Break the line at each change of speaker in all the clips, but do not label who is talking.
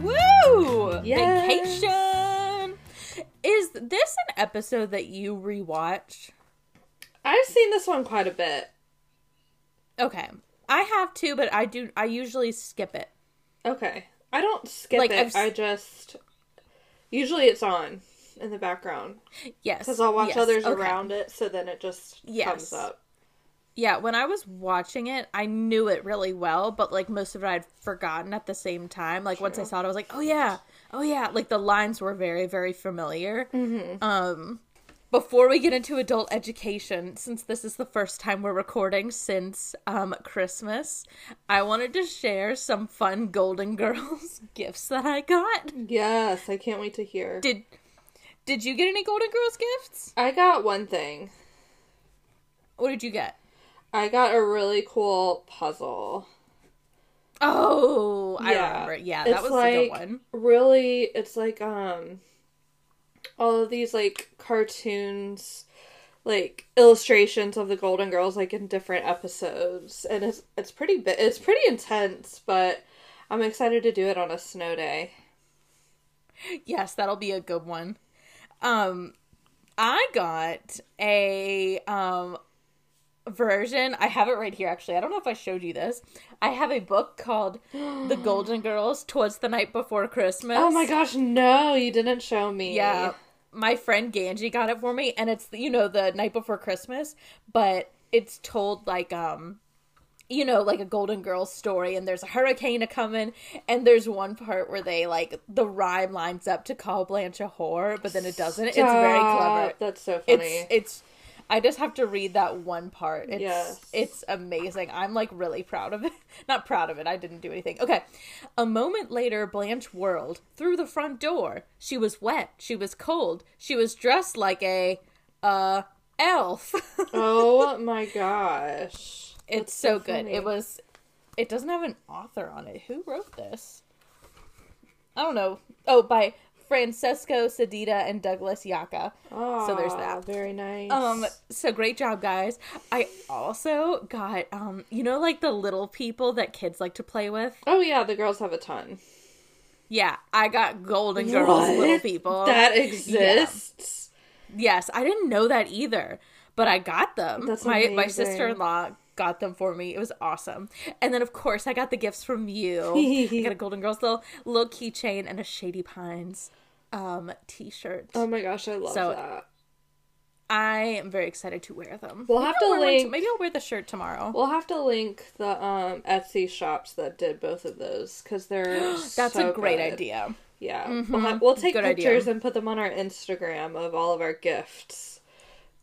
Woo!
Yes.
Vacation! Is this an episode that you rewatched?
I've seen this one quite a bit.
Okay. I have to, but I do I usually skip it.
Okay. I don't skip
Like, I've s-
it. I just usually it's on in the background
Yes.
cuz I'll watch
yes,
others
okay.
around it so then it just
Yes.
comes up.
Yeah, when I was watching it, I knew it really well, but like most of it I'd forgotten at the same time. Like once I saw it, I was like, "Oh yeah. Oh yeah." Like the lines were very very familiar. Um
Mm-hmm.
before we get into adult education, since this is the first time we're recording since um Christmas, I wanted to share some fun Golden Girls gifts that I got.
Yes, I can't wait to hear.
Did Did you get any Golden Girls gifts?
I got one thing.
What did you get?
I got a really cool puzzle.
Oh, I
Yeah.
remember. Yeah,
It's
that was
like-
the good one.
really it's like um all of these like cartoons like illustrations of the golden girls like in different episodes and it's it's pretty bi- it's pretty intense but i'm excited to do it on a snow day
Yes, that'll be a good one. Um I got a um version. I have it right here actually. I don't know if I showed you this. I have a book called The Golden Girls Twas the Night Before Christmas.
oh my gosh no you didn't show me
Yeah. My friend Ganji got it for me and it's you know the night before Christmas, but it's told like um you know like a golden girl story and there's a hurricane a coming and there's one part where they like the rhyme lines up to call Blanche a whore but then it doesn't. It's very clever.
Stop. that's so funny
It's it's I just have to read that one part. It's
Yes.
it's amazing. I'm like really proud of it. Not proud of it. I didn't do anything. Okay. A moment later, Blanche whirled through the front door. She was wet. She was cold. She was dressed like a uh elf.
oh my gosh
it's so, good. It was it doesn't have an author on it. Who wrote this? I don't know. Oh, by Francesco Sedita and Douglas Yaka. so there's
Ah,
that.
very nice
Um, so great job, guys. I also got um, you know, like the little people that kids like to play with.
oh yeah the girls have a ton
Yeah, I got Golden Girls little
What?
people.
that exists
yes, I didn't know that either, but I got them.
That's
my my
amazing.
sister in law got them for me. It was awesome. And then of course I got the gifts from you. I got a Golden Girls little little keychain and a Shady Pines um t-shirt.
Oh my gosh, I love
So-
that.
I am very excited to wear them.
We'll
Maybe
have
I'll wear
to
one
link-
Maybe I'll wear the shirt tomorrow.
We'll have to link the um, Etsy shops that did both of those because they're
That's
so
a great
good.
idea. Mm-hmm.
Yeah, we'll, ha- we'll take
Good idea.
pictures and put them on our Instagram of all of our gifts.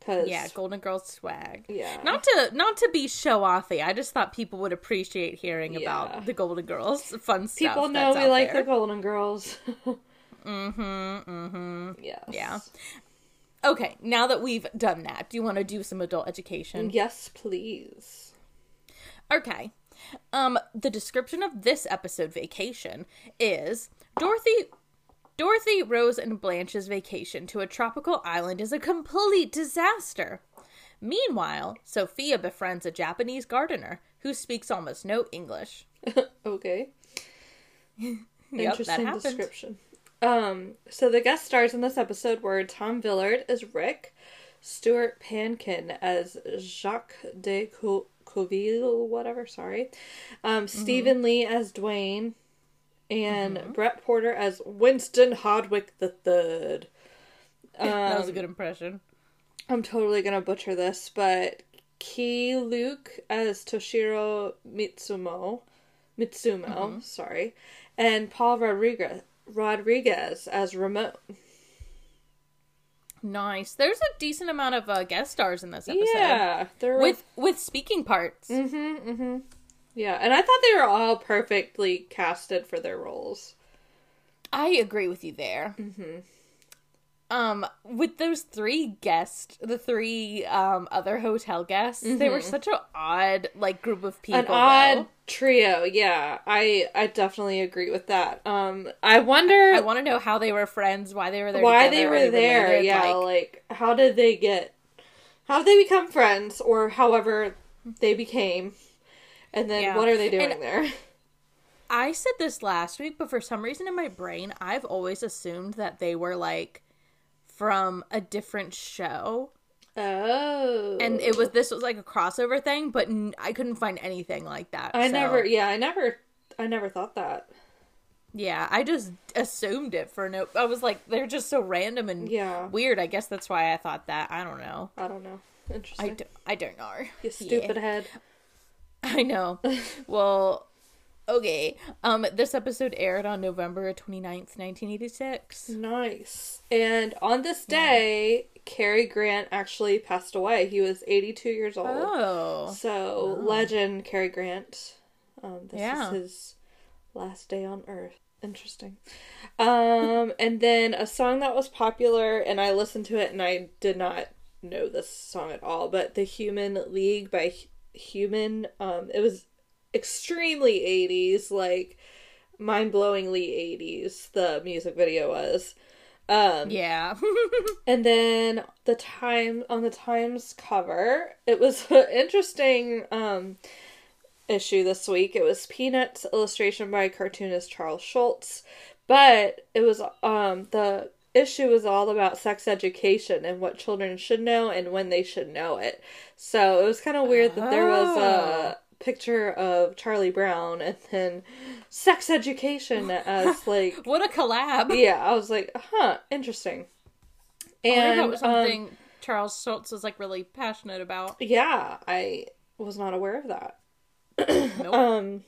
Cause
Yeah, Golden Girls swag.
Yeah.
Not to not to be show offy. I just thought people would appreciate hearing
Yeah.
about the Golden Girls fun stuff.
people know
that's
we
out
like
there.
the Golden Girls. mm-hmm. Mm-hmm. Yes.
Yeah. Okay, now that we've done that, do you want to do some adult education?
Yes, please. Mm-hmm.
Okay. Um, the description of this episode vacation is Dorothy Dorothy, Rose, and Blanche's vacation to a tropical island is a complete disaster. Meanwhile, Sophia befriends a Japanese gardener who speaks almost no English.
Okay.
Yep, that
Interesting
happened.
description. Um, so the guest stars in this episode were Tom Villard as Rick, Stuart Pankin as Jacques de Co- Coville, whatever, sorry, um,
Mm-hmm.
Stephen Lee as Dwayne, and Brett Porter as Winston Hardwick the Third.
that
Um,
was a good impression.
I'm totally gonna butcher this, but Key Luke as Toshiro Mitsumo, Mitsumo, sorry, and Paul Rodriguez Rodriguez as Ramon.
Nice. There's a decent amount of uh, guest stars in this episode.
Yeah, they're Mm-hmm.
With with speaking parts.
Mhm, mhm. Yeah, and I thought they were all perfectly casted for their roles.
I agree with you there. Mm-hmm. Um, with those three guests, the three um other hotel guests, they were such an odd like group of people.
Mm-hmm. An odd
though.
trio, yeah. I I definitely agree with that. Um, I wonder
I want to know how they were friends, why they were there,
why
together,
they
are
were there.
related,
yeah,
like-
like, how did they get? How did they become friends, or however they became? And then
Yeah.
what are they doing
And-
there?
I said this last week, but for some reason in my brain, I've always assumed that they were like from a different show,
Oh,
and it was this was like a crossover thing, but n- I couldn't find anything like that.
I
so-
never. e-, Yeah, I never. I never thought that.
Yeah, I just assumed it for no. I was like, they're just so random and
Yeah.
weird. I guess that's why I thought that. I don't know.
I don't know.
I
Interesting.
don't, I don't know.
you stupid head.
I know. well, okay. Um, this episode aired on November 29th, 1986.
Nice. And on this day, Cary Grant actually passed away. He was 82 years old.
Oh.
So, legend Cary Grant. Um, this
Yeah.
is his last day on Earth. Interesting. Um, and then a song that was popular, and I listened to it, and I did not know this song at all, but "The Human League" by H- Human. Um, it was extremely 80s, like mind-blowingly 80s. The music video was. Um,
Yeah.
and then the time on the Times cover, it was an interesting um, issue this week. It was Peanuts illustration by cartoonist Charles Schultz, but it was um, the issue was all about sex education and what children should know and when they should know it. So it was kind of weird that there was a picture of Charlie Brown and then sex education as like
what a collab.
yeah, I was like, huh, interesting.
Oh, I wonder if
And
that was
um,
something Charles Schultz was like really passionate about.
yeah, I was not aware of that.
Nope.
Um,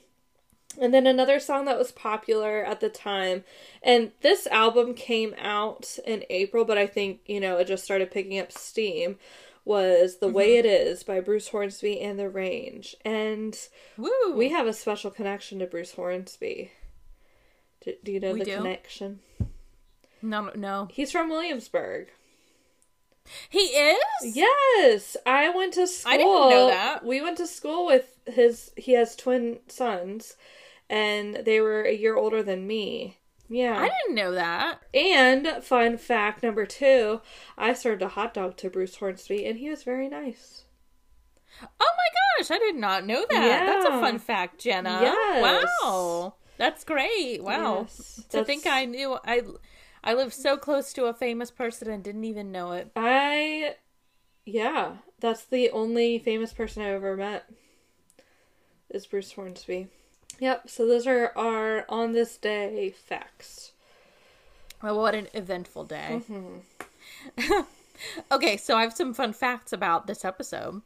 and then another song that was popular at the time, and this album came out in April, but I think you know it just started picking up steam. Was "The Way
Mm-hmm.
It Is" by Bruce Hornsby and The Range, and
Woo.
we have a special connection to Bruce Hornsby. Do, do you know
We
the
do.
connection?
no, no.
He's from Williamsburg.
He is?
Yes, I went to school.
I didn't know that.
We went to school with his. He has twin sons, and they were a year older than me.
I
Yeah.
didn't know that.
And fun fact number two, I served a hot dog to Bruce Hornsby, and he was very nice.
Oh my gosh, I did not know that. That's
Yeah.
a fun fact, Jenna.
Yes.
Wow. That's great. Wow.
Yes,
to think
that's-
I knew I I live so close to a famous person and didn't even know it.
I, yeah, that's the only famous person I've ever met. Is Bruce Hornsby. Yep. So those are our on this day facts.
Well, what an eventful day. okay, so I have some fun facts about this episode.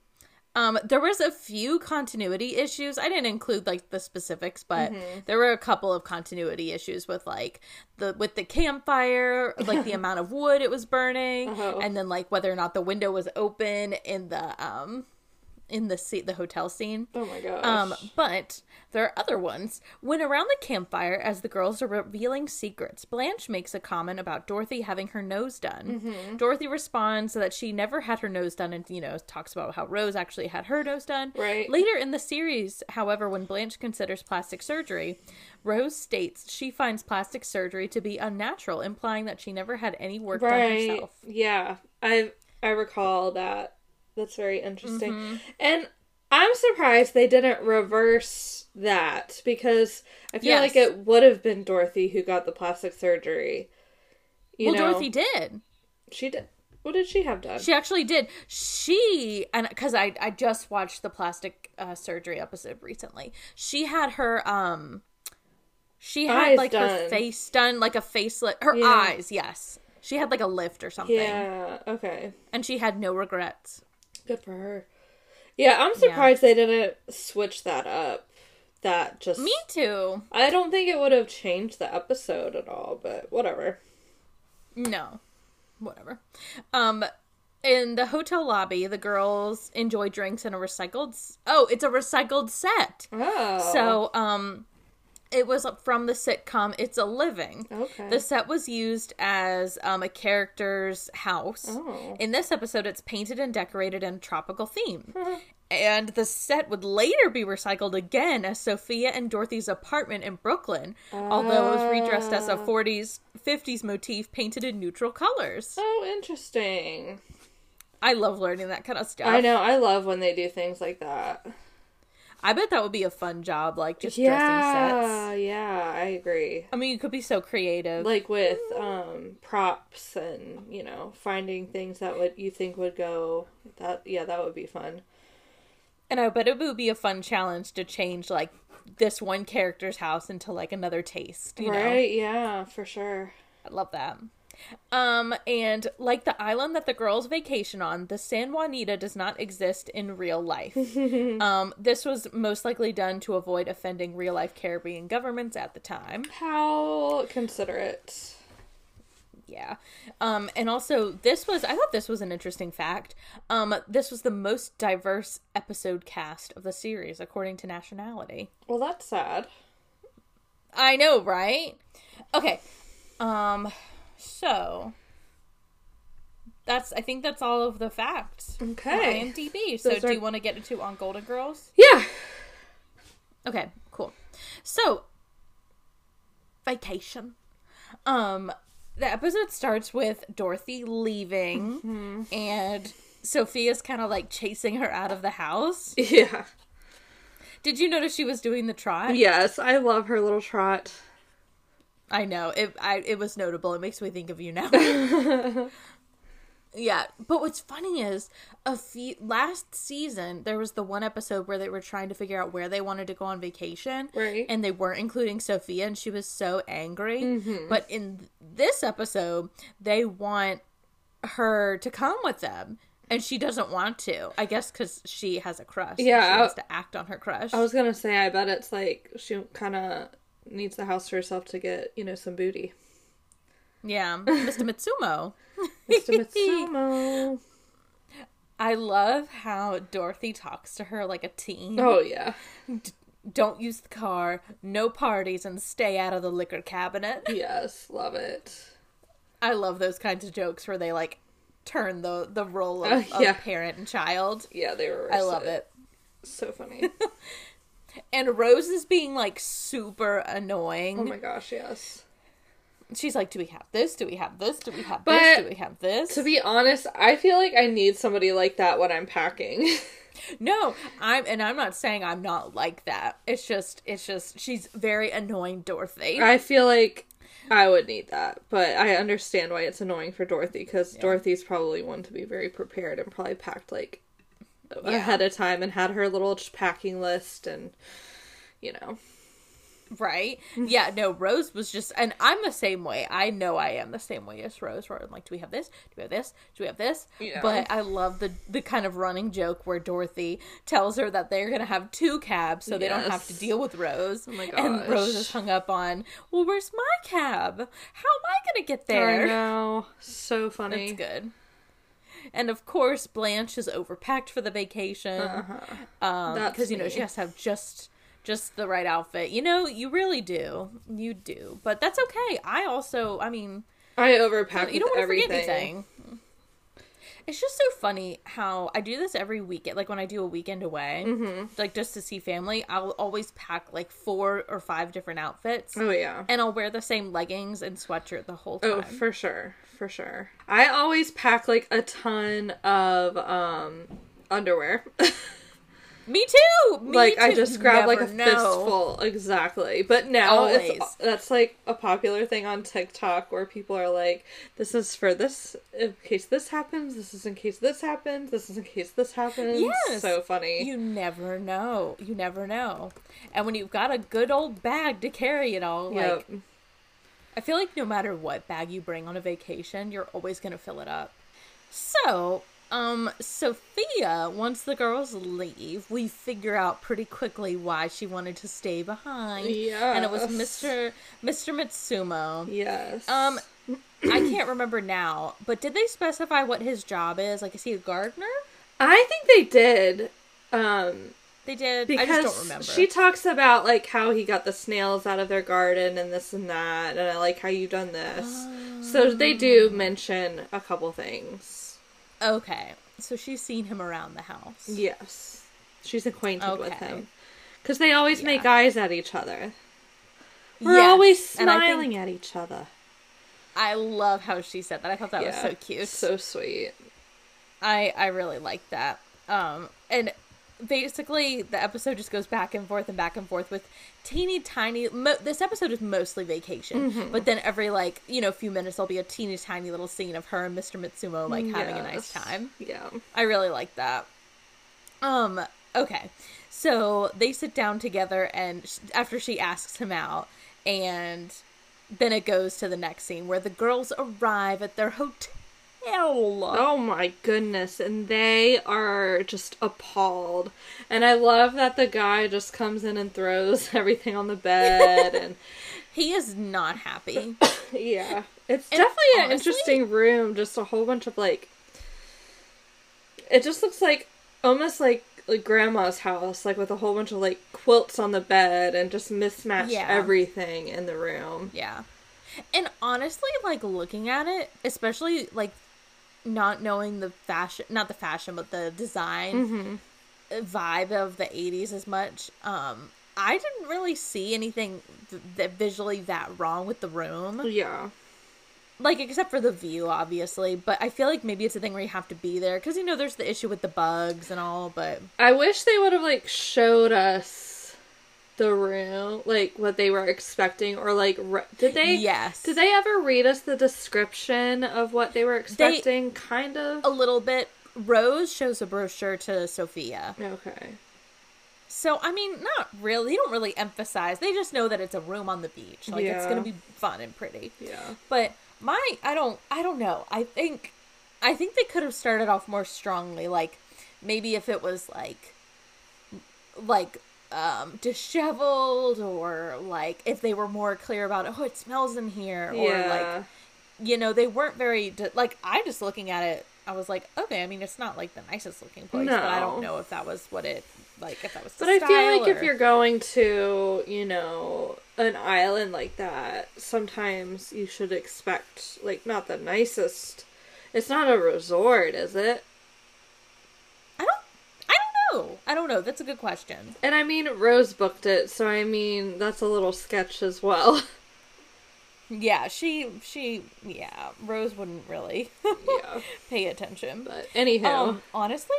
Um, there was a few continuity issues. I didn't include like the specifics, but there were a couple of continuity issues with like the with the campfire, like the amount of wood it was burning,
Oh.
and then like whether or not the window was open in the um in the seat the hotel scene.
Oh my gosh.
Um, but there are other ones. When around the campfire, as the girls are revealing secrets, Blanche makes a comment about Dorothy having her nose done.
Mm-hmm.
Dorothy responds that she never had her nose done and, you know, talks about how Rose actually had her nose done.
Right.
Later in the series, however, when Blanche considers plastic surgery, Rose states she finds plastic surgery to be unnatural, implying that she never had any work done herself.
Yeah, I I recall that. That's very interesting.
Mm-hmm.
And I'm surprised they didn't reverse that because I feel
Yes.
like it would have been Dorothy who got the plastic surgery. You
well,
know,
Dorothy did.
she did. What did she have done?
She actually did. She and because I I just watched the plastic uh, surgery episode recently. She had her um, she had
Eyes
like her
done.
face done, like a facelift. Her
Yeah.
eyes, yes. She had like a lift or something,
yeah. Okay.
and she had no regrets.
Good for her. Yeah, I'm surprised they didn't switch that up. That just
Me too.
I don't think it would have changed the episode at all, but whatever.
No, whatever. Um, in the hotel lobby, the girls enjoy drinks in a recycled. s- Oh, it's a recycled set.
Oh.
So, um, it was from the sitcom It's a Living.
Oh, Okay.
The set was used as um, a character's house.
Oh.
In this episode, it's painted and decorated in tropical theme. and the set would later be recycled again as Sophia and Dorothy's apartment in Brooklyn, although it was redressed as a
Ah.
40s, 50s motif painted in neutral colors.
Oh, interesting.
I love learning that kind of stuff.
I know. I love when they do things like that.
I bet that would be a fun job, like just dressing
yeah.
sets.
Yeah, I agree.
I mean, you could be so creative.
Like with um props and, you know, finding things that would you think would go that yeah, that would be fun.
And I bet it would be a fun challenge to change like this one character's house into like another taste. You know?
right? Yeah, for sure.
I love that. Um, and like the island that the girls vacation on, the San Juanita does not exist in real life. um, this was most likely done to avoid offending real life Caribbean governments at the time.
How considerate.
Yeah. Um, and also this was I thought this was an interesting fact. Um, this was the most diverse episode cast of the series according to nationality.
Well, that's sad.
I know, right? Okay. Um so that's I think that's all of the facts. on
Okay.
IMDb. So
Those
do
are-
you want to get into on Golden Girls?
Yeah.
Okay, cool. So vacation. Um the episode starts with Dorothy leaving and Sophia's kind of like chasing her out of the house.
Yeah.
Did you notice she was doing the trot?
Yes, I love her little trot.
I know it. I it was notable. It makes me think of you now. yeah, but what's funny is a few last season there was the one episode where they were trying to figure out where they wanted to go on vacation,
Right.
And they weren't including Sophia, and she was so angry.
Mm-hmm.
But in this episode, they want her to come with them. And she doesn't want to, I guess, because she has a crush. and
Yeah,
she
I-
wants to act on her crush.
I was gonna say, I bet it's like she kind of needs the house to herself to get you know some booty.
yeah, Mr. Mitsumo.
Mr. Mitsumo.
I love how Dorothy talks to her like a teen.
oh yeah,
Don't use the car, no parties, and stay out of the liquor cabinet.
yes, love it.
I love those kinds of jokes where they like turn the the role of,
Oh, yeah.
of parent and child.
Yeah, they were.
I love it.
So funny.
And Rose is being like super
oh
annoying.
my gosh, yes.
She's like, "Do we have this? Do we have this? Do we have this?
But-
Do we have this?"
To be honest, I feel like I need somebody like that when I'm packing.
no, I'm and I'm not saying I'm not like that. It's just it's just she's very annoying, Dorothy.
I feel like I would need that, but I understand why it's annoying for Dorothy because Dorothy's probably one to be very prepared and probably packed like ahead of time and had her little ch- packing list and you know.
Right?
Mm-hmm.
Yeah, no, Rose was just, and I'm the same way. I know I am the same way as Rose, where I'm like, do we have this? Do we have this? Do we have this?
Yeah.
But I love the, the kind of running joke where Dorothy tells her that they're going to have two cabs so they don't have to
Yes.
deal with Rose. Oh
my
And Rose is
gosh.
hung up on, well, where's my cab? How am I going to get
I
there?
know, so funny.
It's good. And of course, Blanche is overpacked for the vacation
Uh-huh. That's
because you know
me.
she has to have just just the right outfit you know you really do you do but that's okay i also i mean
I overpack.
you don't want
with
to forget
everything.
anything it's just so funny how i do this every weekend like when i do a weekend away
Mm-hmm.
like just to see family i'll always pack like four or five different outfits
Oh yeah.
and i'll wear the same leggings and sweatshirt the whole time
Oh, for sure, for sure. I always pack like a ton of um underwear.
me too me
like
too.
I
You
just grab like a
never know.
fistful, exactly. But now
Always.
it's that's like a popular thing on TikTok where people are like, "This is for this in case this happens. This is in case this happens. This is in case this happens."
Yes.
so funny.
You never know. You never know. And when you've got a good old bag to carry it all, like
yep.
I feel like no matter what bag you bring on a vacation, you're always going to fill it up. So, um Sophia, once the girls leave, we figure out pretty quickly why she wanted to stay behind. And it was
Yes.
Mr. Mr. Mitsumo.
yes.
Um I can't remember now, but did they specify what his job is? Like, is he a gardener?
I think they did. Um,
They did.
because
I just don't remember.
she talks about like how he got the snails out of their garden and this and that, and I like how you done this. So they
Oh.
do mention a couple things.
okay, so she's seen him around the house.
Yes, she's acquainted with
Okay.
him because they always make eyes at each other. We're
Yes,
always
and I think-
smiling at each other.
I love how she said that. I thought that was
Yeah,
so cute.
So sweet.
I I really like that. Um, and basically the episode just goes back and forth and back and forth with teeny tiny. Mo- this episode is mostly vacation,
Mm-hmm.
but then every like you know few minutes there'll be a teeny tiny little scene of her and Mr. Mitsumo like having a nice
Yes.
time.
Yeah.
I really like that. Um, okay. So they sit down together, and sh- after she asks him out, and then it goes to the next scene where the girls arrive at their hotel.
Oh my goodness. And they are just appalled. And I love that the guy just comes in and throws everything on the bed. And
He is not happy.
yeah, it's
And
definitely an
honestly-
interesting room. Just a whole bunch of like, it just looks like almost like like grandma's house, like with a whole bunch of like quilts on the bed and just mismatched
Yeah.
everything in the room.
yeah. And honestly, like looking at it, especially like not knowing the fashion, not the fashion, but the
Mm-hmm.
design vibe of the 80s as much, um, I didn't really see anything th- that visually that wrong with the room.
Yeah.
Like, except for the view, obviously. But I feel like maybe it's a thing where you have to be there because, you know, there's the issue with the bugs and all. But
I wish they would have like showed us the room, like what they were expecting, or like re- did they?
Yes.
Did they ever read us the description of what they were expecting? kind of.
a little bit, Rose shows a brochure to Sophia.
Okay.
So I mean, not really. They don't really emphasize. They just know that it's a room on the beach. Like it's
Yeah.
gonna be fun and pretty.
Yeah.
But my, I don't, I don't know. I think, I think they could have started off more strongly. Like maybe if it was like, like um disheveled or like if they were more clear about oh it smells in here or
yeah.
like you know they weren't very di- like i just looking at it i was like okay i mean it's not like the nicest looking place but i don't
No.
know if that was what it like if that was the
but I feel
style
like if
or-
you're going to, you know, an island like that, sometimes you should expect like not the nicest. It's not a resort, is it?
i don't i don't know i don't know that's a good question
And I mean, Rose booked it, so I mean, that's a little sketch as well.
yeah she she yeah rose wouldn't really
yeah.
pay attention
But anywho,
Um, honestly,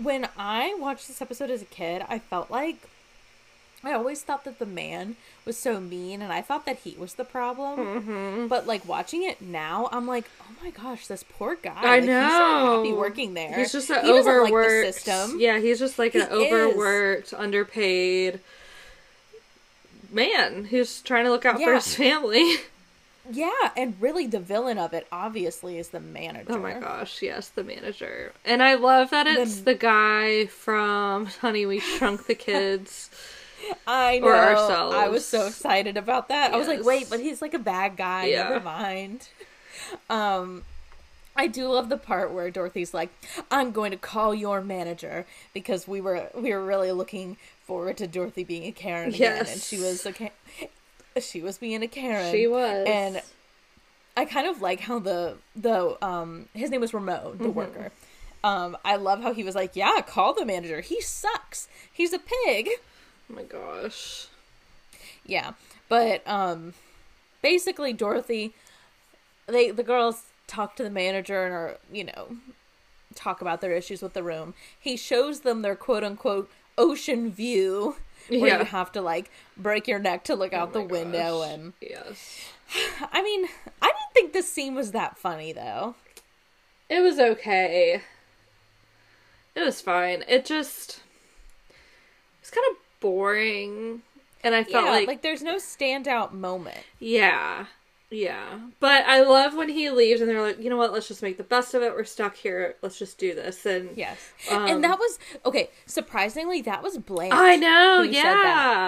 when I watched this episode as a kid, I felt like I always thought that the man was so mean, and I thought that he was the problem.
Mm-hmm.
But like watching it now, I'm like, oh my gosh, this poor guy.
I
like, He's so happy
know.
working there.
he's just an
Oh, He doesn't like the
overworked
system.
Yeah, he's just like an
He is.
overworked, underpaid man who's trying to look out for
Yeah.
his family.
Yeah, and really, the villain of it obviously is the manager.
Oh my gosh, yes, the manager. And I love that it's the, guy from Honey We Shrunk the Kids.
I know.
Or ourselves.
I was so excited about that. I was like,
Yes.
wait, but he's like a bad guy.
Yeah.
Never mind. Um, I do love the part where Dorothy's like, "I'm going to call your manager because we were we were really looking forward to Dorothy being a Karen again, and
Yes.
she was a Ka- she was being a Karen.
she was. Oh
and I kind of like how the the um his name was Ramon,
Mm-hmm.
the worker. Um, I love how he was like, "Yeah, call the manager. He sucks. He's a pig."
oh my gosh.
Yeah. But um basically Dorothy they the girls talk to the manager and are, you know, talk about their issues with the room. He shows them their quote unquote ocean view where
Yeah.
you have to like break your neck to look out
Oh
the
my
window
gosh.
and
Yes.
I mean, I didn't think this scene was that funny though.
It was okay. It was fine. It just it was kind of boring. And I felt
yeah,
like,
like, there's no standout moment.
yeah. Yeah. But I love when he leaves and they're like, you know what, let's just make the best of it. We're stuck here. Let's just do this. And
Yes.
Um,
and that was okay, surprisingly that was Blanche.
I know,
who said that.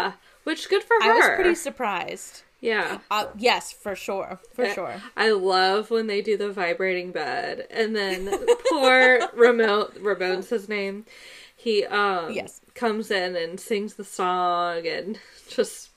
yeah. Which good for her.
I was pretty surprised.
Yeah.
Uh, yes, for sure, for
I-
sure.
I love when they do the vibrating bed, and then poor Ramon, Ramon's his name. He um
Yes.
comes in and sings the song, and just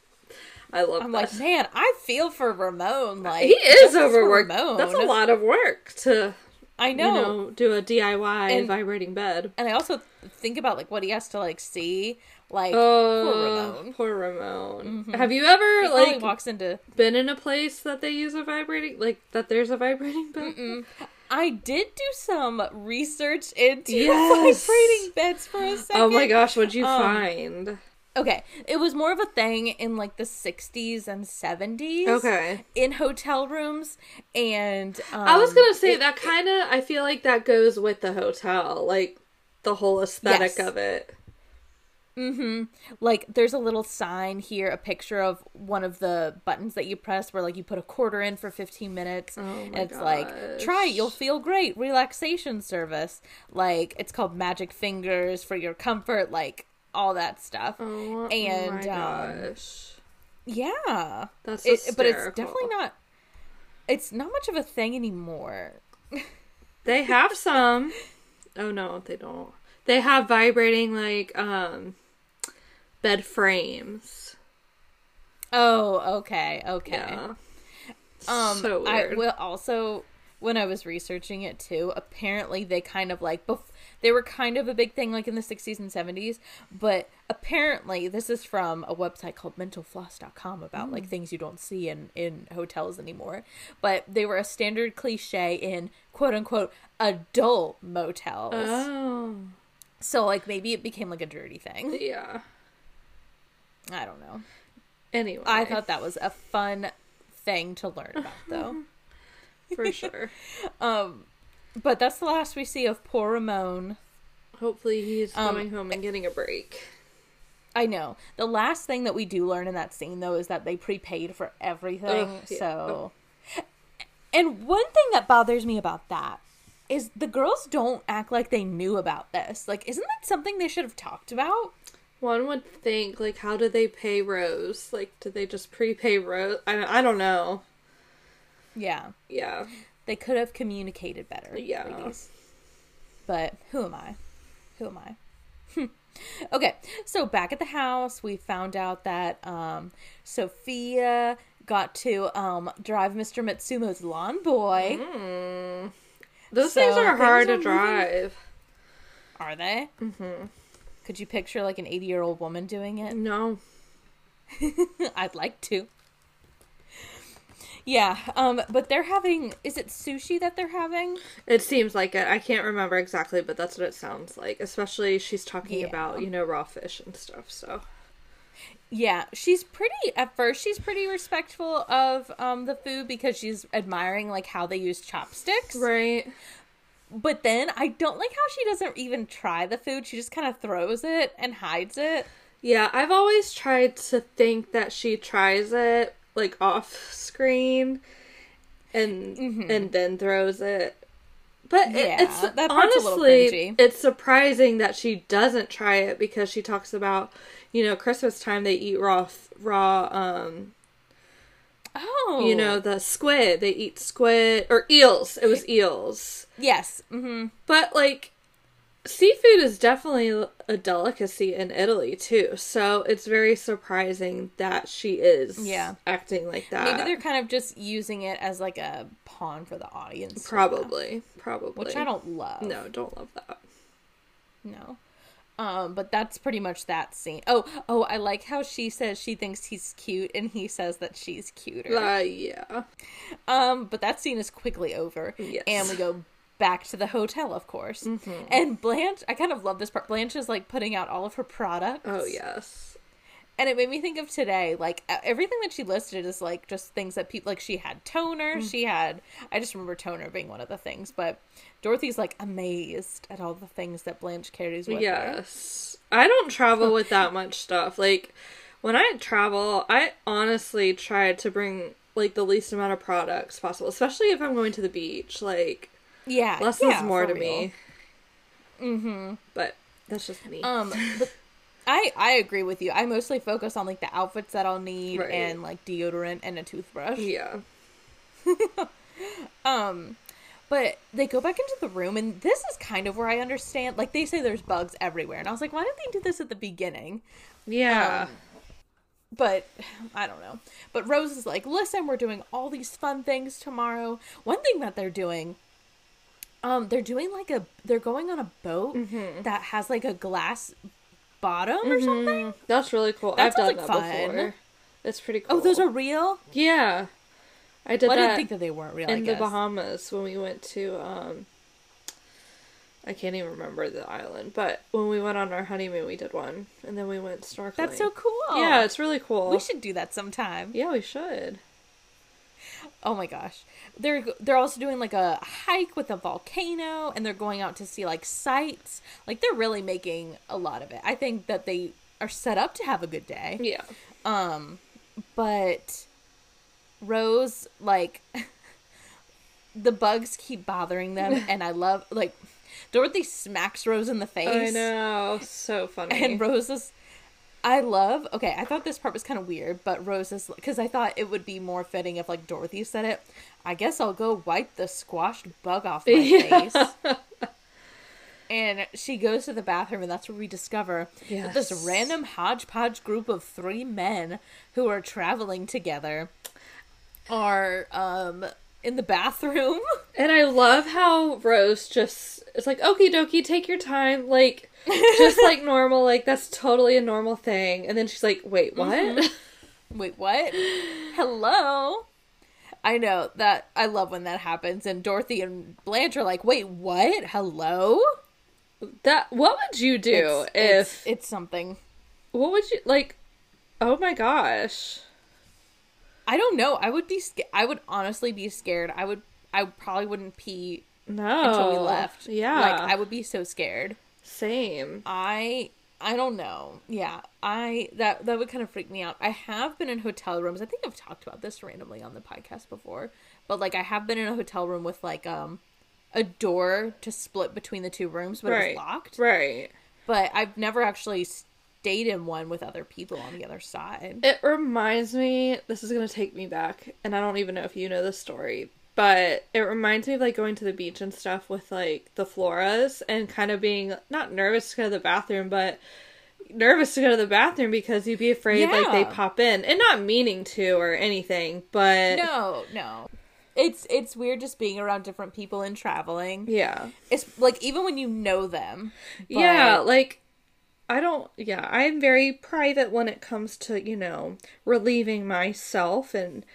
I love.
I'm
this.
like, man, I feel for Ramon. Like
he
just
is
for
overworked.
Ramon.
That's a lot of work to
I know.
you know do a DIY
And-
vibrating bed.
and I also think about like what he has to like see. Like poor
Oh,
Ramon.
poor Ramon. Have you ever
He probably
like
walks into
been in a place that they use a vibrating like that? There's a vibrating bed.
I did do some research into
Yes.
vibrating beds for a second.
Oh my gosh, what'd you
Um,
find?
Okay, it was more of a thing in like the 60s and 70s.
Okay.
In hotel rooms and um,
I was gonna say that kind of. I feel like that goes with the hotel, like the whole aesthetic
Yes.
of it.
like there's a little sign here a picture of one of the buttons that you press where like you put a quarter in for 15 minutes and
Oh my
it's like try it, you'll feel great relaxation service like it's called magic fingers for your comfort like all that stuff
Oh
and
my
um
gosh,
yeah
that's
It- but it's
hysterical.
definitely not it's not much of a thing anymore
They have some. Oh no, they don't. They have vibrating like um bed frames.
oh okay okay
Yeah.
Um,
so weird.
I will also when I was researching it too. Apparently, they kind of like bef- they were kind of a big thing like in the sixties and seventies. But apparently, this is from a website called MentalFloss.com about
Mm.
like things you don't see in in hotels anymore. But they were a standard cliche in quote unquote adult motels.
Oh
So like maybe it became like a dirty thing.
yeah.
I don't know.
Anyway,
I thought that was a fun thing to learn about though.
for sure.
But that's the last we see of poor Ramon.
Hopefully, he's
Um,
going home and getting a break.
I know. The last thing that we do learn in that scene, though, is that they prepaid for everything.
Ugh, yeah.
So, and one thing that bothers me about that is the girls don't act like they knew about this. Like, isn't that something they should have talked about?
One would think, like, how do they pay Rose? Like, did they just prepay Rose? I, I don't know.
Yeah,
Yeah.
they could have communicated better.
Yeah.
ladies. But who am I? Who am I? okay, so back at the house, we found out that um, Sophia got to um, drive Mr. Mitsumo's lawn boy.
Those
So,
things are
things
hard
are
to
moving-
drive.
Are they? Mm-hmm. Could you picture like an 80 year old woman doing it?
No.
I'd like to. Yeah, um, but they're having. Is it sushi that they're having?
It seems like it. I can't remember exactly, but that's what it sounds like. Especially she's talking
Yeah.
about, you know, raw fish and stuff, so.
Yeah, she's pretty. At first, she's pretty respectful of um, the food because she's admiring like how they use chopsticks.
Right.
But then I don't like how she doesn't even try the food. She just kind of throws it and hides it.
Yeah, I've always tried to think that she tries it, like, off screen and and then throws it. But it-
Mm-hmm. Yeah,
it's
that part's a little
honestly,
cringy.
it's surprising that she doesn't try it because she talks about, you know, Christmas time they eat raw, f- raw, um,
Oh,
you know the squid they eat squid or eels it was eels
Yes. hmm
but like seafood is definitely a delicacy in italy too so it's very surprising that she is
Yeah.
acting like that
Maybe they're kind of just using it as like a pawn for the audience. to laugh,
probably probably
which I don't love.
no don't love that
No. Um, but that's pretty much that scene. Oh, oh, I like how she says she thinks he's cute and he says that she's cuter.
uh, yeah
Um, but that scene is quickly over.
Yes. Mm-hmm.
And we go back to the hotel, of course. And Blanche, I kind of love this part. Blanche is like putting out all of her products.
oh yes
And it made me think of today. Like e- everything that she listed is like just things that people like. She had toner.
Mm.
She had. I just remember toner being one of the things. But Dorothy's like amazed at all the things that Blanche carries with her.
Yes. I don't travel with that much stuff. Like when I travel, I honestly try to bring like the least amount of products possible, especially if I'm going to the beach. Like
Yeah.
less
yeah,
is more
for
to
real.
me. Mhm. But that's just me.
Um, but I I agree with you. I mostly focus on like the outfits that I'll need
Right.
and like deodorant and a toothbrush.
Yeah.
Um, but they go back into the room, and this is kind of where I understand. Like they say, there's bugs everywhere, and I was like, why didn't they do this at the beginning?
Yeah.
But I don't know. But Rose is like, listen, we're doing all these fun things tomorrow. One thing that they're doing. Um, they're doing like a they're going on a boat
Mm-hmm.
that has like a glass bottom or something.
That's really cool.
That
I've done
sounds
that
like fun.
before. It's pretty cool.
Oh, those are real.
Yeah. I did
Well, I
that
didn't think that they weren't real. I
in the
guess.
Bahamas when we went to um I can't even remember the island, but when we went on our honeymoon we did one and then we went snorkeling.
That's so cool.
Yeah, it's really cool.
we should do that sometime.
Yeah, we should.
Oh my gosh. They're they're also doing like a hike with a volcano and they're going out to see like sights. Like they're really making a lot of it. I think that they are set up to have a good day.
Yeah.
Um but Rose like the bugs keep bothering them and I love like Dorothy smacks Rose in the face.
I know. So funny.
And Rose is, I love. Okay, I thought this part was kind of weird, but Rose is because I thought it would be more fitting if like Dorothy said it. I guess I'll go wipe the squashed bug off my
Yeah.
face. And she goes to the bathroom, and that's where we discover that
Yes.
this random hodgepodge group of three men who are traveling together are um in the bathroom.
And I love how Rose just it's like, okie dokie, take your time, like just like normal, like that's totally a normal thing. And then she's like, Wait, what?
Mm-hmm. Wait, what? Hello? I know that I love when that happens, and Dorothy and Blanche are like, "Wait, what? Hello?"
That what would you do
It's-
if
it's, it's something,
what would you like oh my gosh.
I don't know. I would be, sca- I would honestly be scared. I would, I probably wouldn't pee
No.
until we left.
Oh, Yeah.
like I would be so scared.
Same.
I, I don't know. Yeah, I that that would kind of freak me out. I have been in hotel rooms. I think I've talked about this randomly on the podcast before, but like I have been in a hotel room with like um a door to split between the two rooms, but it
Right.
was locked.
Right.
But I've never actually stayed in one with other people on the other side.
It reminds me this is gonna take me back, and I don't even know if you know this story, but it reminds me of like going to the beach and stuff with like the floras and kind of being not nervous to go to the bathroom, but nervous to go to the bathroom because you'd be afraid like they
Yeah.
pop in and not meaning to or anything, but
No, no. It's it's weird just being around different people and traveling.
yeah.
It's like even when you know them. but-
Yeah, like I don't yeah, I'm very private when it comes to, you know, relieving myself and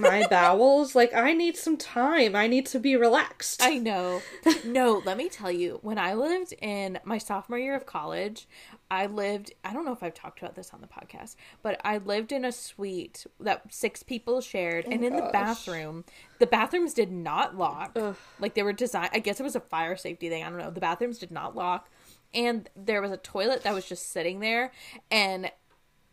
my bowels. Like I need some time. I need to be relaxed.
I know. No, let me tell you, when I lived in my sophomore year of college, I lived, I don't know if I've talked about this on the podcast, but I lived in a suite that six people shared.
Oh
and in the bathroom, the bathrooms did not lock. Like they were designed, I guess it was a fire safety thing. I don't know. The bathrooms did not lock. And there was a toilet that was just sitting there. And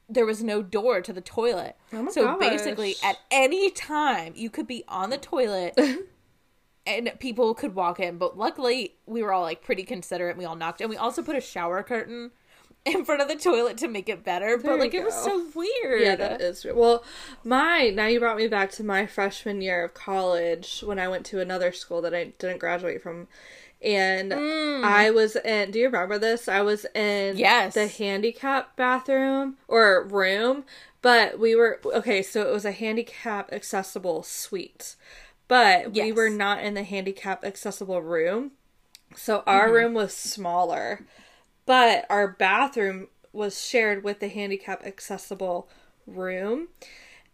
there was no door to the toilet.
Oh my
so
gosh.
basically, at any time, you could be on the toilet and people could walk in. But luckily, we were all like pretty considerate. We all knocked, and we also put a shower curtain in front of the toilet to make it better.
There
but like,
you
it was
go.
so weird.
Yeah, that is well. My now you brought me back to my freshman year of college when I went to another school that I didn't graduate from, and I was in. Do you remember this? I was in
Mm. Yes.
the handicap bathroom or room, but we were okay. So it was a handicap accessible suite, but we
Yes.
were not in the handicap accessible room. So our
Mm-hmm.
room was smaller, but our bathroom was shared with the handicap accessible room.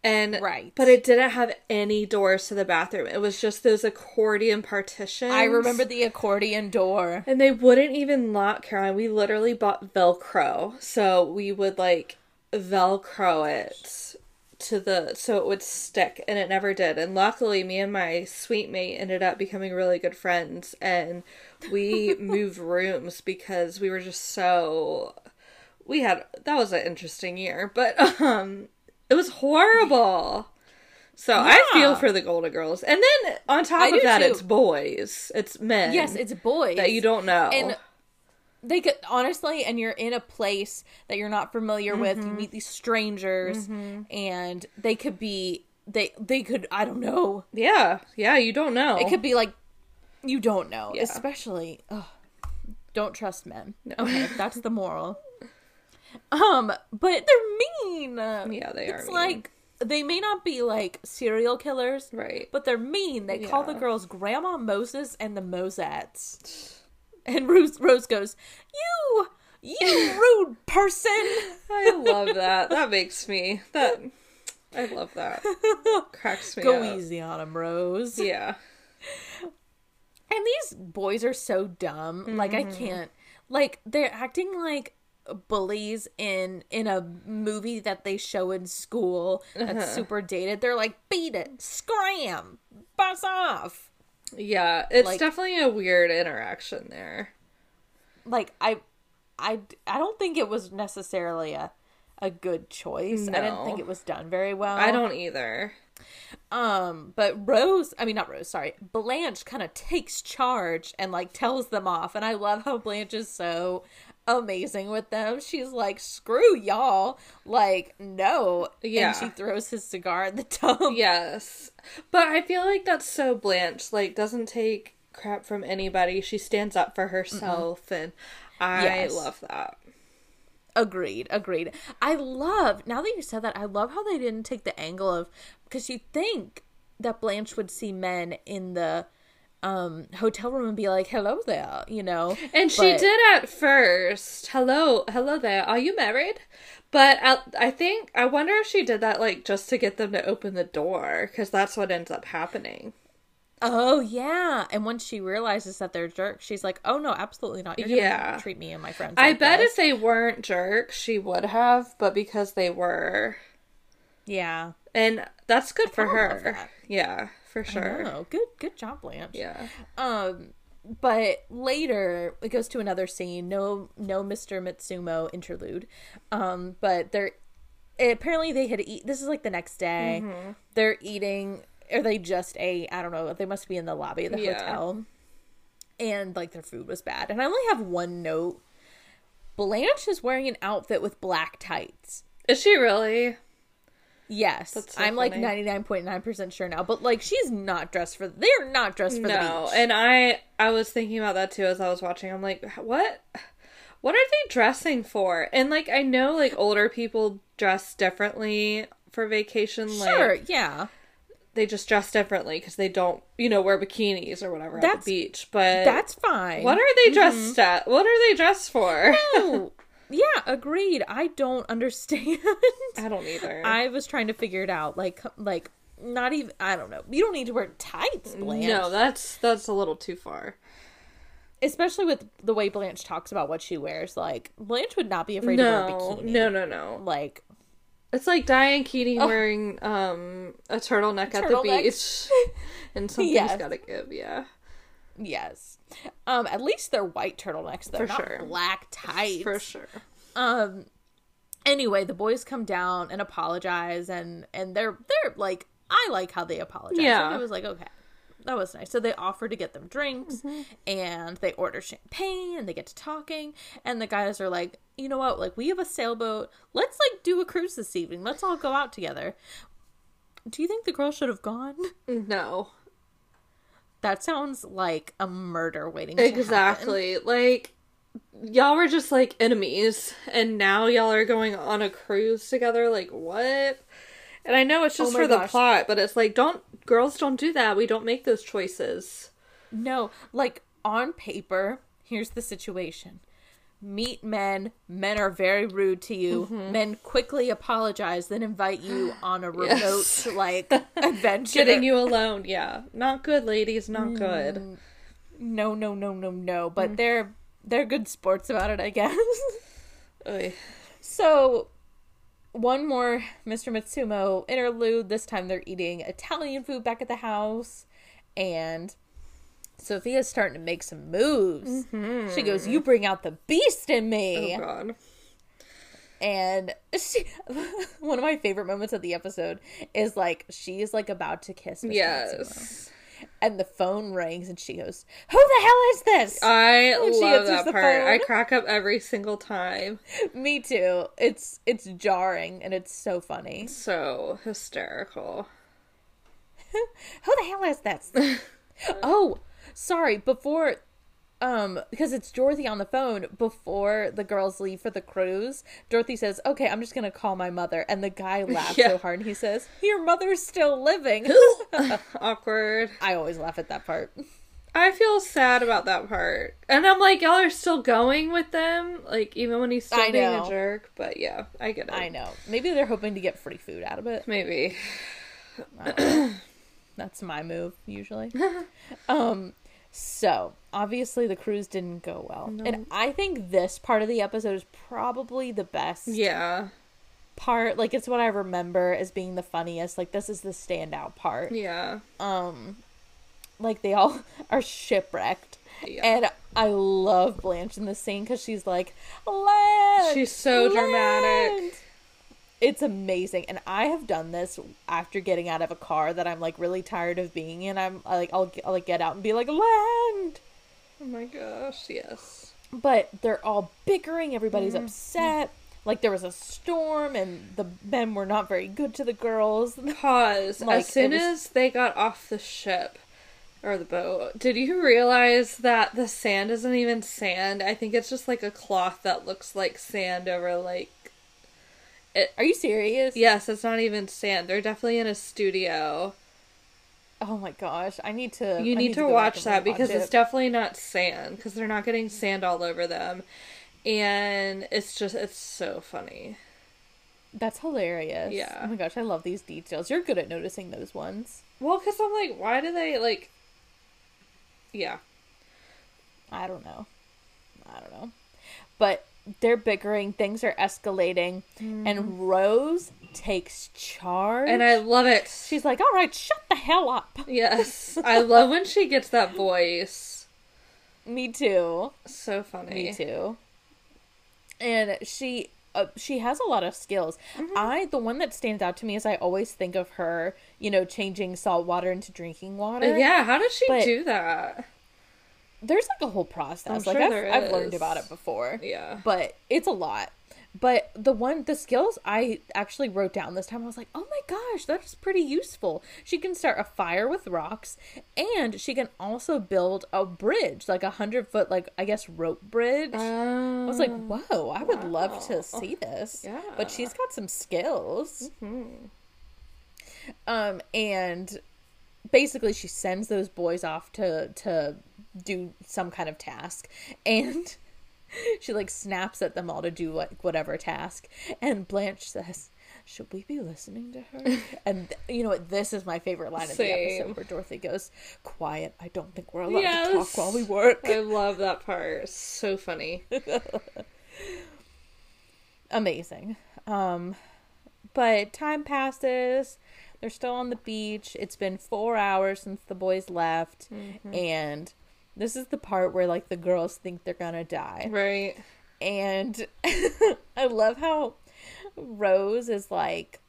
And
Right.
but it didn't have any doors to the bathroom. It was just those accordion partitions.
I remember the accordion door.
and they wouldn't even lock Caroline. We literally bought Velcro. So we would like Velcro it to the so it would stick and it never did. And luckily me and my sweet mate ended up becoming really good friends and we moved rooms because we were just so we had that was an interesting year, but um it was horrible. So I
Yeah.
feel for the Golden Girls. And then on top
I
of
do
that
too.
it's boys. It's men
Yes, it's boys
that you don't know.
And they could honestly, and you're in a place that you're not familiar with.
Mm-hmm.
You meet these strangers, and they could be they they could I don't know.
Yeah, yeah, you don't know.
It could be like you don't know,
Yeah.
especially. Ugh, don't trust men. Okay, that's the moral. Um, but they're mean.
Yeah, they are.
It's
mean.
like they may not be like serial killers,
right.
but they're mean. They call the
Yeah.
girls Grandma Moses and the Mosettes. And Rose, Rose goes, "You, you rude person."
I love that. That makes me that. I love that. Cracks me
Go
up.
easy on him, Rose.
Yeah.
And these boys are so dumb. Like I
Mm-hmm.
can't. Like they're acting like bullies in in a movie that they show in school that's
Uh-huh.
super dated. They're like, "Beat it, scram, buzz off."
Yeah, it's
Like-
definitely a weird interaction there.
like I, I, I don't think it was necessarily a a good choice. I didn't think
No.
it was done very well.
I don't either.
Um, but Rose, I mean not Rose, sorry, Blanche kind of takes charge and like tells them off, and I love how Blanche is so amazing with them. She's like, "Screw y'all!" Like, no,
Yeah.
And she throws his cigar in the dump.
Yes. But I feel like that's so Blanche, like doesn't take crap from anybody. She stands up for herself and I
Yes.
love that.
Agreed, agreed. I love now that you said that, I love how they didn't take the angle of because you think that Blanche would see men in the um hotel room and be like, Hello there, you know.
And she
But-
did at first. Hello, hello there. Are you married? But I, I think I wonder if she did that like just to get them to open the door cuz that's what ends up happening.
Oh yeah. And once she realizes that they're jerks, she's like, Oh no, absolutely not. You're gonna
Yeah.
treat me and my friends.
I
like
bet
this."
if they weren't jerks, she would have, but because they were,
Yeah.
and that's good for
kinda love
her.
that.
Yeah, for sure.
Oh, good good job, Blanche.
Yeah.
Um, but later it goes to another scene. No, no, Mister Mitsumo interlude. Um, but they're apparently they had eat. This is like the next day.
Mm-hmm.
They're eating, or they just ate. I don't know. They must be in the lobby of the
Yeah.
hotel, and like their food was bad. And I only have one note. Blanche is wearing an outfit with black tights.
Is she really?
Yes,
so
I'm like
funny.
99.9% sure now, but like she's not dressed for. They're not dressed for the
No.
beach.
And I I was thinking about that too as I was watching. I'm like, what? What are they dressing for? And like I know like older people dress differently for vacation
sure,
like
yeah.
they just dress differently cuz they don't, you know, wear bikinis or whatever at
That's- Mm-hmm.
the beach. But
That's fine.
what are they dressed at? What are they dressed for?
No. yeah, agreed. I don't understand.
I don't either.
I was trying to figure it out. Like, like not even. I don't know. You don't need to wear tights, Blanche.
No, that's that's a little too far.
especially with the way Blanche talks about what she wears. Like, Blanche would not be afraid to wear
No,
a bikini.
no, no, no.
Like,
It's like Diane Keating wearing um a turtleneck at the
Oh. Turtleneck.
beach, and something's
Yes.
gotta give. Yeah,
yes. Um, at least they're white turtlenecks. They're
For
not
sure.
black tights.
for sure.
um anyway the boys come down and apologize and and they're they're like i like how they apologize
Yeah.
and it was like okay that was nice so they offer to get them drinks
Mm-hmm.
and they order champagne and they get to talking and the guys are like you know what like we have a sailboat let's like do a cruise this evening let's all go out together do you think the girl should have gone
No,
that sounds like a murder waiting to happen.
exactly. Like y'all were just like enemies, and now y'all are going on a cruise together. Like what? And I know it's just
Oh my
for the
gosh.
plot, but it's like don't girls don't do that. We don't make those choices.
No, like on paper, here's the situation. Meet men. Men are very rude to you.
Mm-hmm.
Men quickly apologize, then invite you on a remote
Yes.
like adventure.
Getting you alone, yeah, not good, ladies, not
Mm.
good.
No, no, no, no, no. But
Mm.
they're they're good sports about it, I guess.
Oy.
so, one more Mr. Matsumo interlude. This time they're eating Italian food back at the house, and Sophia's starting to make some moves. She goes, "You bring out the beast in me."
Mm-hmm. Oh God.
and she, one of my favorite moments of the episode is like she's like about to kiss Mr. Matsumo.
Yes.
and the phone rings and she goes, "Who the hell is this?"
Uh, I
she
love
answers
that
the
part. I
phone.
crack up every single time.
Me too. It's it's jarring and it's so funny.
So hysterical.
Who the hell is this? oh, sorry. Before, um, because it's Dorothy on the phone. Before the girls leave for the cruise, Dorothy says, "Okay, I'm just gonna call my mother." And the guy laughs
Yeah.
so hard, and he says, "Your mother's still living."
Awkward.
I always laugh at that part.
I feel sad about that part. And I'm like, y'all are still going with them? Like, even when he's still
I
being a
know.
jerk. But yeah, I get it.
I know. Maybe they're hoping to get free food out of it.
Maybe.
That's my move usually. um so obviously the cruise didn't go well. And I think this part of the episode is probably the best
Yeah.
part. Like it's what I remember as being the funniest. Like this is the standout part.
Yeah.
Um like they all are shipwrecked.
Yeah.
And I love Blanche in this scene cuz she's like land.
She's so
land!"
dramatic.
it's amazing and i have done this after getting out of a car that i'm like really tired of being in i'm I, like I'll, I'll like get out and be like land
Oh my gosh, yes.
but they're all bickering everybody's
Mm-hmm.
upset like there was a storm and the men were not very good to the girls
Pause.
Like,
as soon
it was-
as they got off the ship or the boat, did you realize that the sand isn't even sand? I think it's just like a cloth that looks like sand over like
are you serious
Yes, it's not even sand. They're definitely in a studio.
oh my gosh i need to
You
I
need to,
go back
watch
and
that because
rewatch
it's
it.
definitely not sand because they're not getting sand all over them. And it's just it's so funny.
that's hilarious
Yeah.
oh my gosh i love these details you're good at noticing those ones
Well, cuz I'm like why do they like Yeah.
I don't know. I don't know. But they're bickering, things are escalating, and Rose takes charge.
Mm. And I love it.
she's like, "All right, shut the hell up."
Yes. I love when she gets that voice.
Me too.
So funny.
Me too. And she uh, she has a lot of skills.
Mm-hmm.
I the one that stands out to me is I always think of her, you know, changing salt water into drinking
Uh,
water.
Yeah, how did she
But-
do that?
There's like a whole process.
I'm
like
sure
I've,
there
I've learned
is.
about it before.
Yeah.
but it's a lot. But the one, the skills I actually wrote down this time, I was like, oh my gosh, that is pretty useful. She can start a fire with rocks, and she can also build a bridge, like a hundred foot, like I guess rope bridge.
Oh,
I was like, whoa, I would love
wow.
to see this.
Yeah. Mm-hmm.
But she's got some skills. Um, and basically she sends those boys off to to do some kind of task and she like snaps at them all to do like whatever task and blanche says should we be listening to her and th- you know what this is my favorite line of the
Same.
episode where dorothy goes quiet i don't think we're allowed to
Yes.
talk while we work
I love that part. So funny.
amazing um but time passes they're still on the beach it's been four hours since the boys left
Mm-hmm.
and this is the part where like the girls think they're gonna die
Right.
and i love how rose is like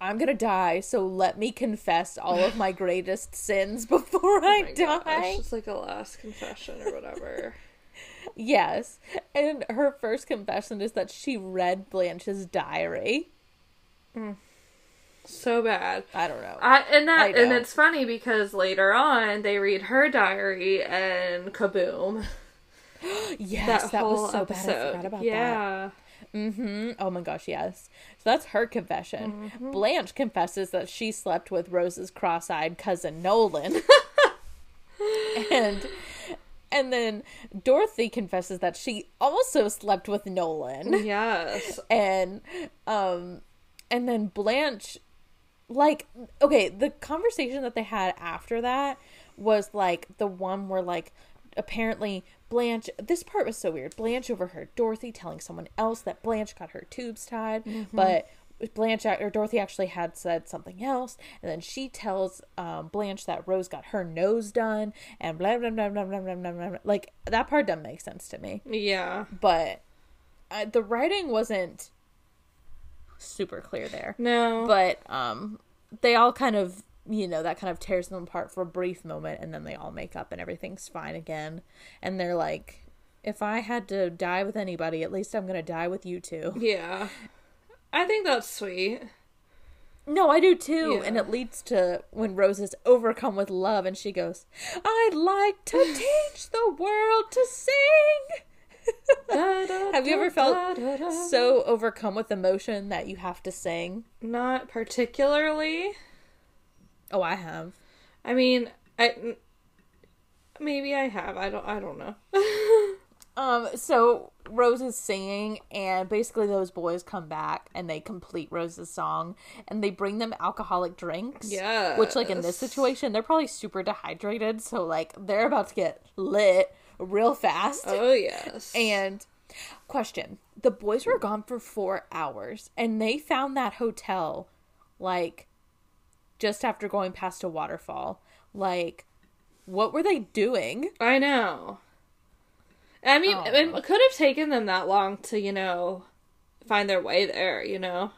i'm gonna die so let me confess all of my greatest sins before i
Oh my
die
gosh, It's like a last confession or whatever.
Yes. And her first confession is that she read Blanche's diary.
so bad.
I don't know.
I and
I
that and
know.
it's funny because later on they read her diary and kaboom.
yes,
That,
that,
whole
was so
episode.
bad. I forgot about that.
yeah.
hmm Oh my gosh, yes. So that's her confession.
Mm-hmm.
Blanche confesses that she slept with Rose's cross-eyed cousin Nolan. and and then Dorothy confesses that she also slept with Nolan.
Yes.
and um and then blanche like okay the conversation that they had after that was like the one where like apparently blanche this part was so weird blanche overheard dorothy telling someone else that blanche got her tubes tied but blanche or dorothy actually had said something else and then she tells um, blanche that rose got her nose done and blah blah blah blah blah blah blah, blah. like that part doesn't make sense to me
Yeah.
but uh, the writing wasn't super clear there.
No.
But um, they all kind of you know, that kind of tears them apart for a brief moment and then they all make up and everything's fine again. And they're like, if I had to die with anybody, at least I'm going to die with you two.
Yeah. I think that's sweet.
No, I do too.
Yeah.
And it leads to when Rose is overcome with love and she goes, I'd like to teach the world to sing. Have you ever felt
Uh-huh.
so overcome with emotion that you have to sing?
Not particularly.
Oh, I have.
I mean, I maybe I have. I don't I don't know.
Um, so Rose is singing, and basically those boys come back and they complete Rose's song, and they bring them alcoholic drinks. Which, like in this
Yes.
situation, they're probably super dehydrated, so like they're about to get lit real fast.
Oh yes.
And question: The boys were gone for four hours, and they found that hotel like just after going past a waterfall. Like, what were they doing?
I know. I mean,
Oh.
it it could have taken them that long to, you know, find their way there, you know?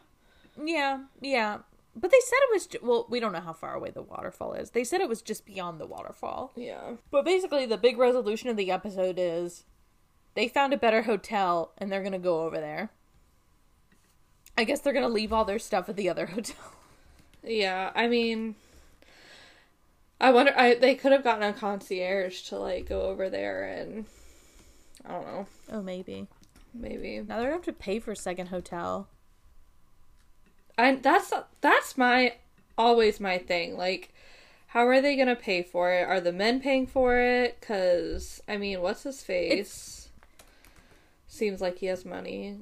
Yeah, yeah. But they said it was ju- well, we don't know how far away the waterfall is. They said it was just beyond the waterfall.
Yeah.
But basically the big resolution of the episode is they found a better hotel and they're going to go over there. I guess they're going to leave all their stuff at the other hotel.
Yeah, I mean, I wonder. I they could have gotten a concierge to like go over there and I don't know,
Oh, maybe.
maybe.
Now they're going to have to pay for a second hotel.
I that's that's my always my thing. Like, how are they gonna pay for it? Are the men paying for it? Cause I mean, what's his face? Seems like he has money.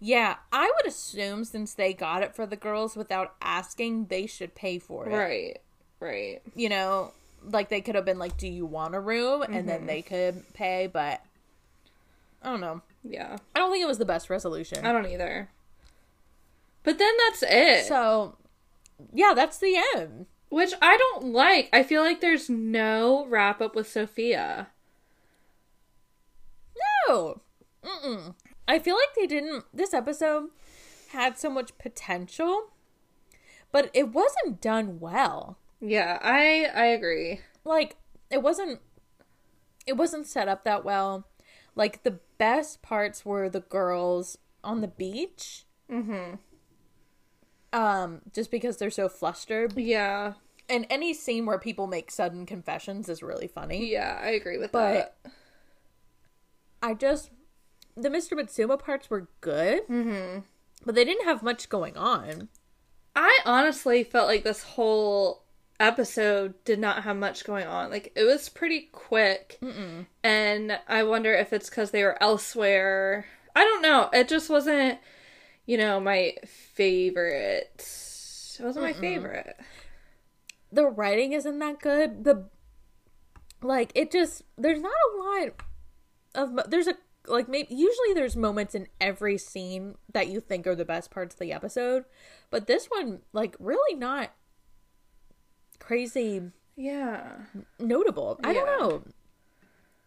Yeah, I would assume since they got it for the girls without asking, they should pay for it.
Right, right.
you know, like they could have been like, "Do you want a room?" and then they could pay, but I don't know.
Yeah,
I don't think it was the best resolution.
I don't either. But then that's it.
So, yeah, that's the end.
Which I don't like. I feel like there's no wrap up with Sophia.
No. Mm-mm. I feel like they didn't this episode had so much potential, but it wasn't done well.
Yeah, I I agree.
Like it wasn't it wasn't set up that well. Like the best parts were the girls on the beach. Mhm. Um just because they're so flustered
Yeah.
and any scene where people make sudden confessions is really funny.
Yeah, I agree with
But I just the Mr. Mitsuma parts were good, mm-hmm. but they didn't have much going on.
I honestly felt like this whole episode did not have much going on. Like it was pretty quick. And I wonder if it's cuz they were elsewhere. I don't know. It just wasn't, you know, my favorite. It wasn't my favorite.
The writing isn't that good. The like it just there's not a lot of mo- there's a like maybe usually there's moments in every scene that you think are the best parts of the episode, but this one like really not crazy
Yeah.
notable. I
Yeah.
don't know.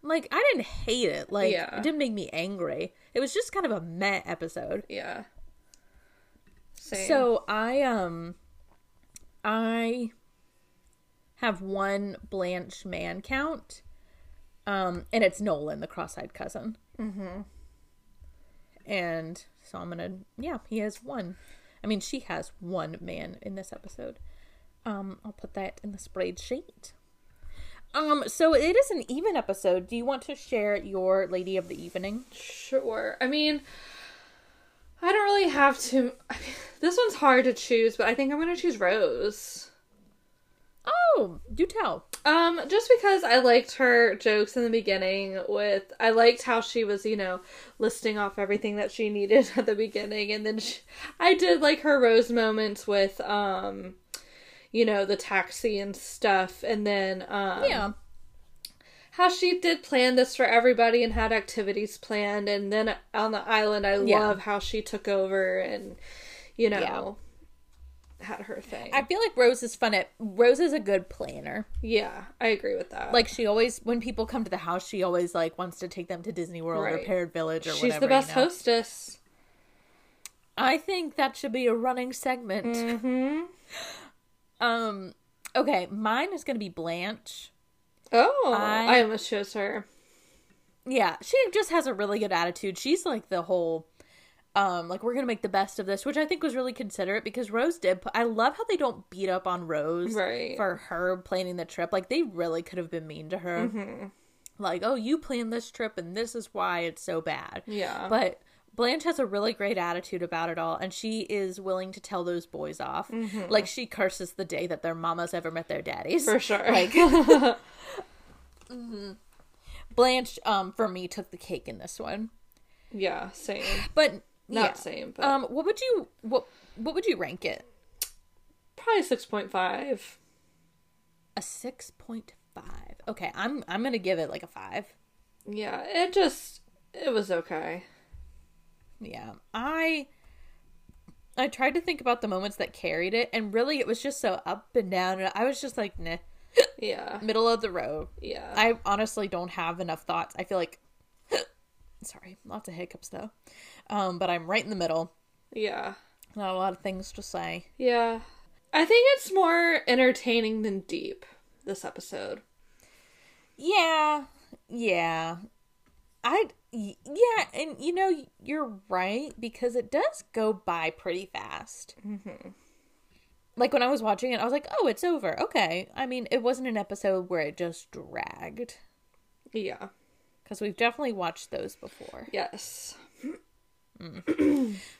Like I didn't hate it. Like
Yeah.
it didn't make me angry. It was just kind of a meh episode.
Yeah. Same.
So I um I have one Blanche man count. Um and it's Nolan, the cross-eyed cousin. Mm-hmm. And so I'm gonna yeah, he has one. I mean she has one man in this episode. Um, I'll put that in the spreadsheet. Um, so it is an even episode. Do you want to share your lady of the evening?
Sure. I mean, I don't really have to. I mean, this one's hard to choose, but I think I'm going to choose Rose.
Oh, do tell.
Um, just because I liked her jokes in the beginning with I liked how she was, you know, listing off everything that she needed at the beginning and then she, I did like her Rose moments with um you know, the taxi and stuff and then um
Yeah.
how she did plan this for everybody and had activities planned and then on the island i
Yeah.
love how she took over and you know had her thing
I feel like Rose is fun at Rose is a good planner.
yeah i agree with that
Like she always when people come to the house, she always like wants to take them to Disney World or
Right.
Parrot Village or
she's
whatever.
the
you
best
know?
hostess Mm-hmm.
I think that should be a running segment. Um, okay, mine is gonna be Blanche.
Oh,
I-
I almost chose her.
Yeah, she just has a really good attitude. She's like the whole um like we're going to make the best of this, which I think was really considerate because Rose did pu- I love how they don't beat up on Rose
Right.
for her planning the trip. Like they really could have been mean to her.
Mm-hmm.
Like, "Oh, you planned this trip and this is why it's so bad."
Yeah.
But Blanche has a really great attitude about it all, and she is willing to tell those boys off. Like she curses the day that their mamas ever met their daddies.
Mm-hmm. for sure.
Like Blanche, um, for me, took the cake in this one.
yeah, same.
But
Not
yeah.
same, but
Um, what would you what what would you rank it?
probably six point five.
A six point five. Okay, I'm I'm gonna give it like a five.
Yeah, it just it was okay.
Yeah, I I tried to think about the moments that carried it, and really it was just so up and down. And I was just like, nah,
Yeah,
middle of the road.
yeah.
I honestly don't have enough thoughts. I feel like sorry, lots of hiccups though. Um, but I'm right in the middle.
Yeah.
Not a lot of things to say.
Yeah. I think it's more entertaining than deep this episode.
Yeah, yeah. I yeah, and you know you're right because it does go by pretty fast. Mm-hmm. Like when I was watching it, I was like, "Oh, it's over." Okay. I mean, it wasn't an episode where it just dragged
Yeah.
because we've definitely watched those before.
Yes.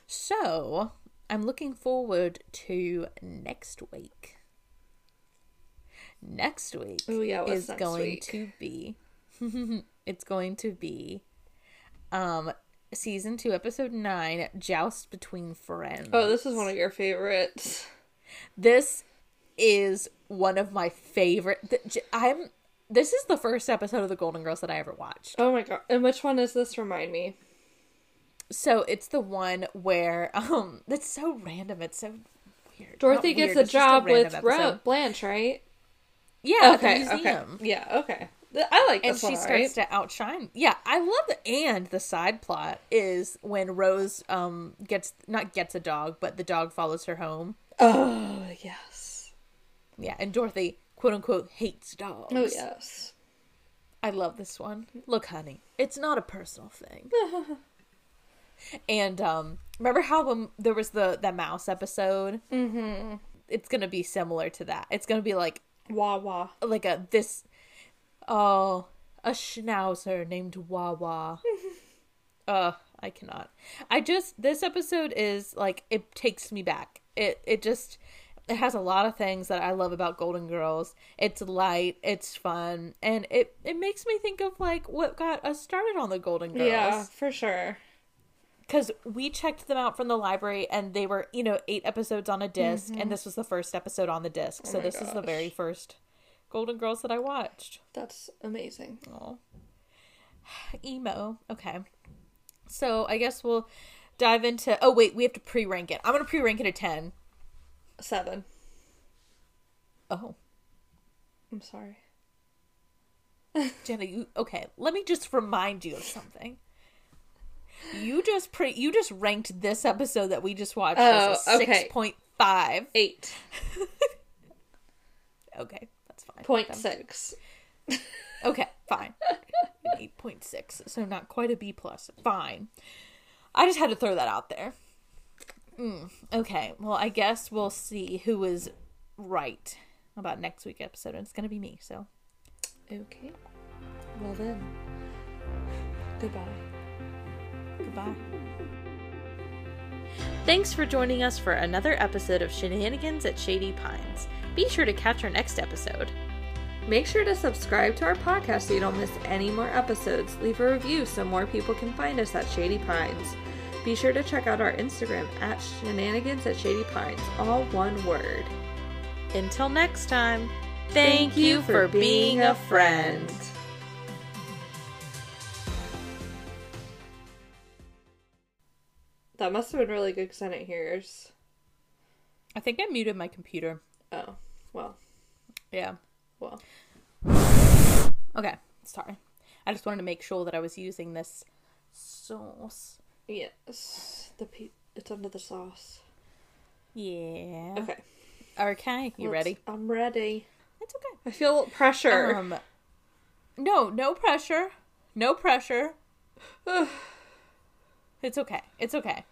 So I'm looking forward to next week. Next week
Ooh, yeah, what's
is
next
going
week?
to be. it's going to be, um, season two, episode nine, joust between friends.
Oh, this is one of your favorites.
This is one of my favorite. th- j- I'm. This is the first episode of the Golden Girls that I ever watched.
Oh my god. And which one is this? Remind me.
So it's the one where um, that's so random. It's so weird.
Dorothy
Not
gets
Oh, weird,
a
it's just
job
random
with
episode.
Ro- Blanche, right?
Yeah,
okay.
at the
Okay.
museum.
Yeah. Okay. Th- I like
And
this one.
she starts
alright.
to outshine. Yeah, I love the and the side plot is when Rose um gets not gets a dog, but the dog follows her home.
Oh yes.
Yeah, and Dorothy quote unquote hates dogs.
Oh yes.
I love this one. Look, honey, it's not a personal thing. and um remember how when there was the the mouse episode? Mm-hmm. It's gonna be similar to that. It's gonna be like
Wah wah.
like a this oh a schnauzer named Wawa. uh I cannot. I just this episode is like it takes me back. It it just it has a lot of things that I love about Golden Girls. It's light, it's fun, and it it makes me think of like what got us started on the Golden Girls
Yeah, for sure.
because we checked them out from the library and they were you know eight episodes on a disk and this was the first episode on the disk so
Mm-hmm. Oh my
this is the
gosh.
very first golden girls that i watched
That's amazing.
oh emo okay so i guess we'll dive into oh wait we have to pre-rank it i'm gonna pre-rank it a 10
Seven.
oh
I'm sorry.
jenna you okay let me just remind you of something you just pre you just ranked this episode that we just watched as a
Oh, okay.
6.5
Eight
okay that's fine
point
That's-
six.
Okay, fine. An 8.6, so not quite a B plus. Fine. I just had to throw that out there. Mm, okay, well, I guess we'll see who is right about next week's episode. and It's going to be me, so.
Okay. Well then. Goodbye.
Goodbye.
Thanks for joining us for another episode of Shenanigans at Shady Pines. Be sure to catch our next episode.
Make sure to subscribe to our podcast so you don't miss any more episodes. Leave a review so more people can find us at Shady Pines. Be sure to check out our Instagram at shenanigans at Shady Pines, all one word.
Until next time, thank, you for being a friend.
That must have been really good because I didn't hear yours.
I think I muted my computer.
Oh, well,
Yeah.
well.
Okay, sorry. I just wanted to make sure that I was using this sauce.
Yes. The pe- It's under the sauce.
Yeah.
Okay.
Okay, you
Let's-
ready?
I'm ready.
It's okay.
I feel pressure.
Um, no, no pressure. No pressure. it's okay. It's okay.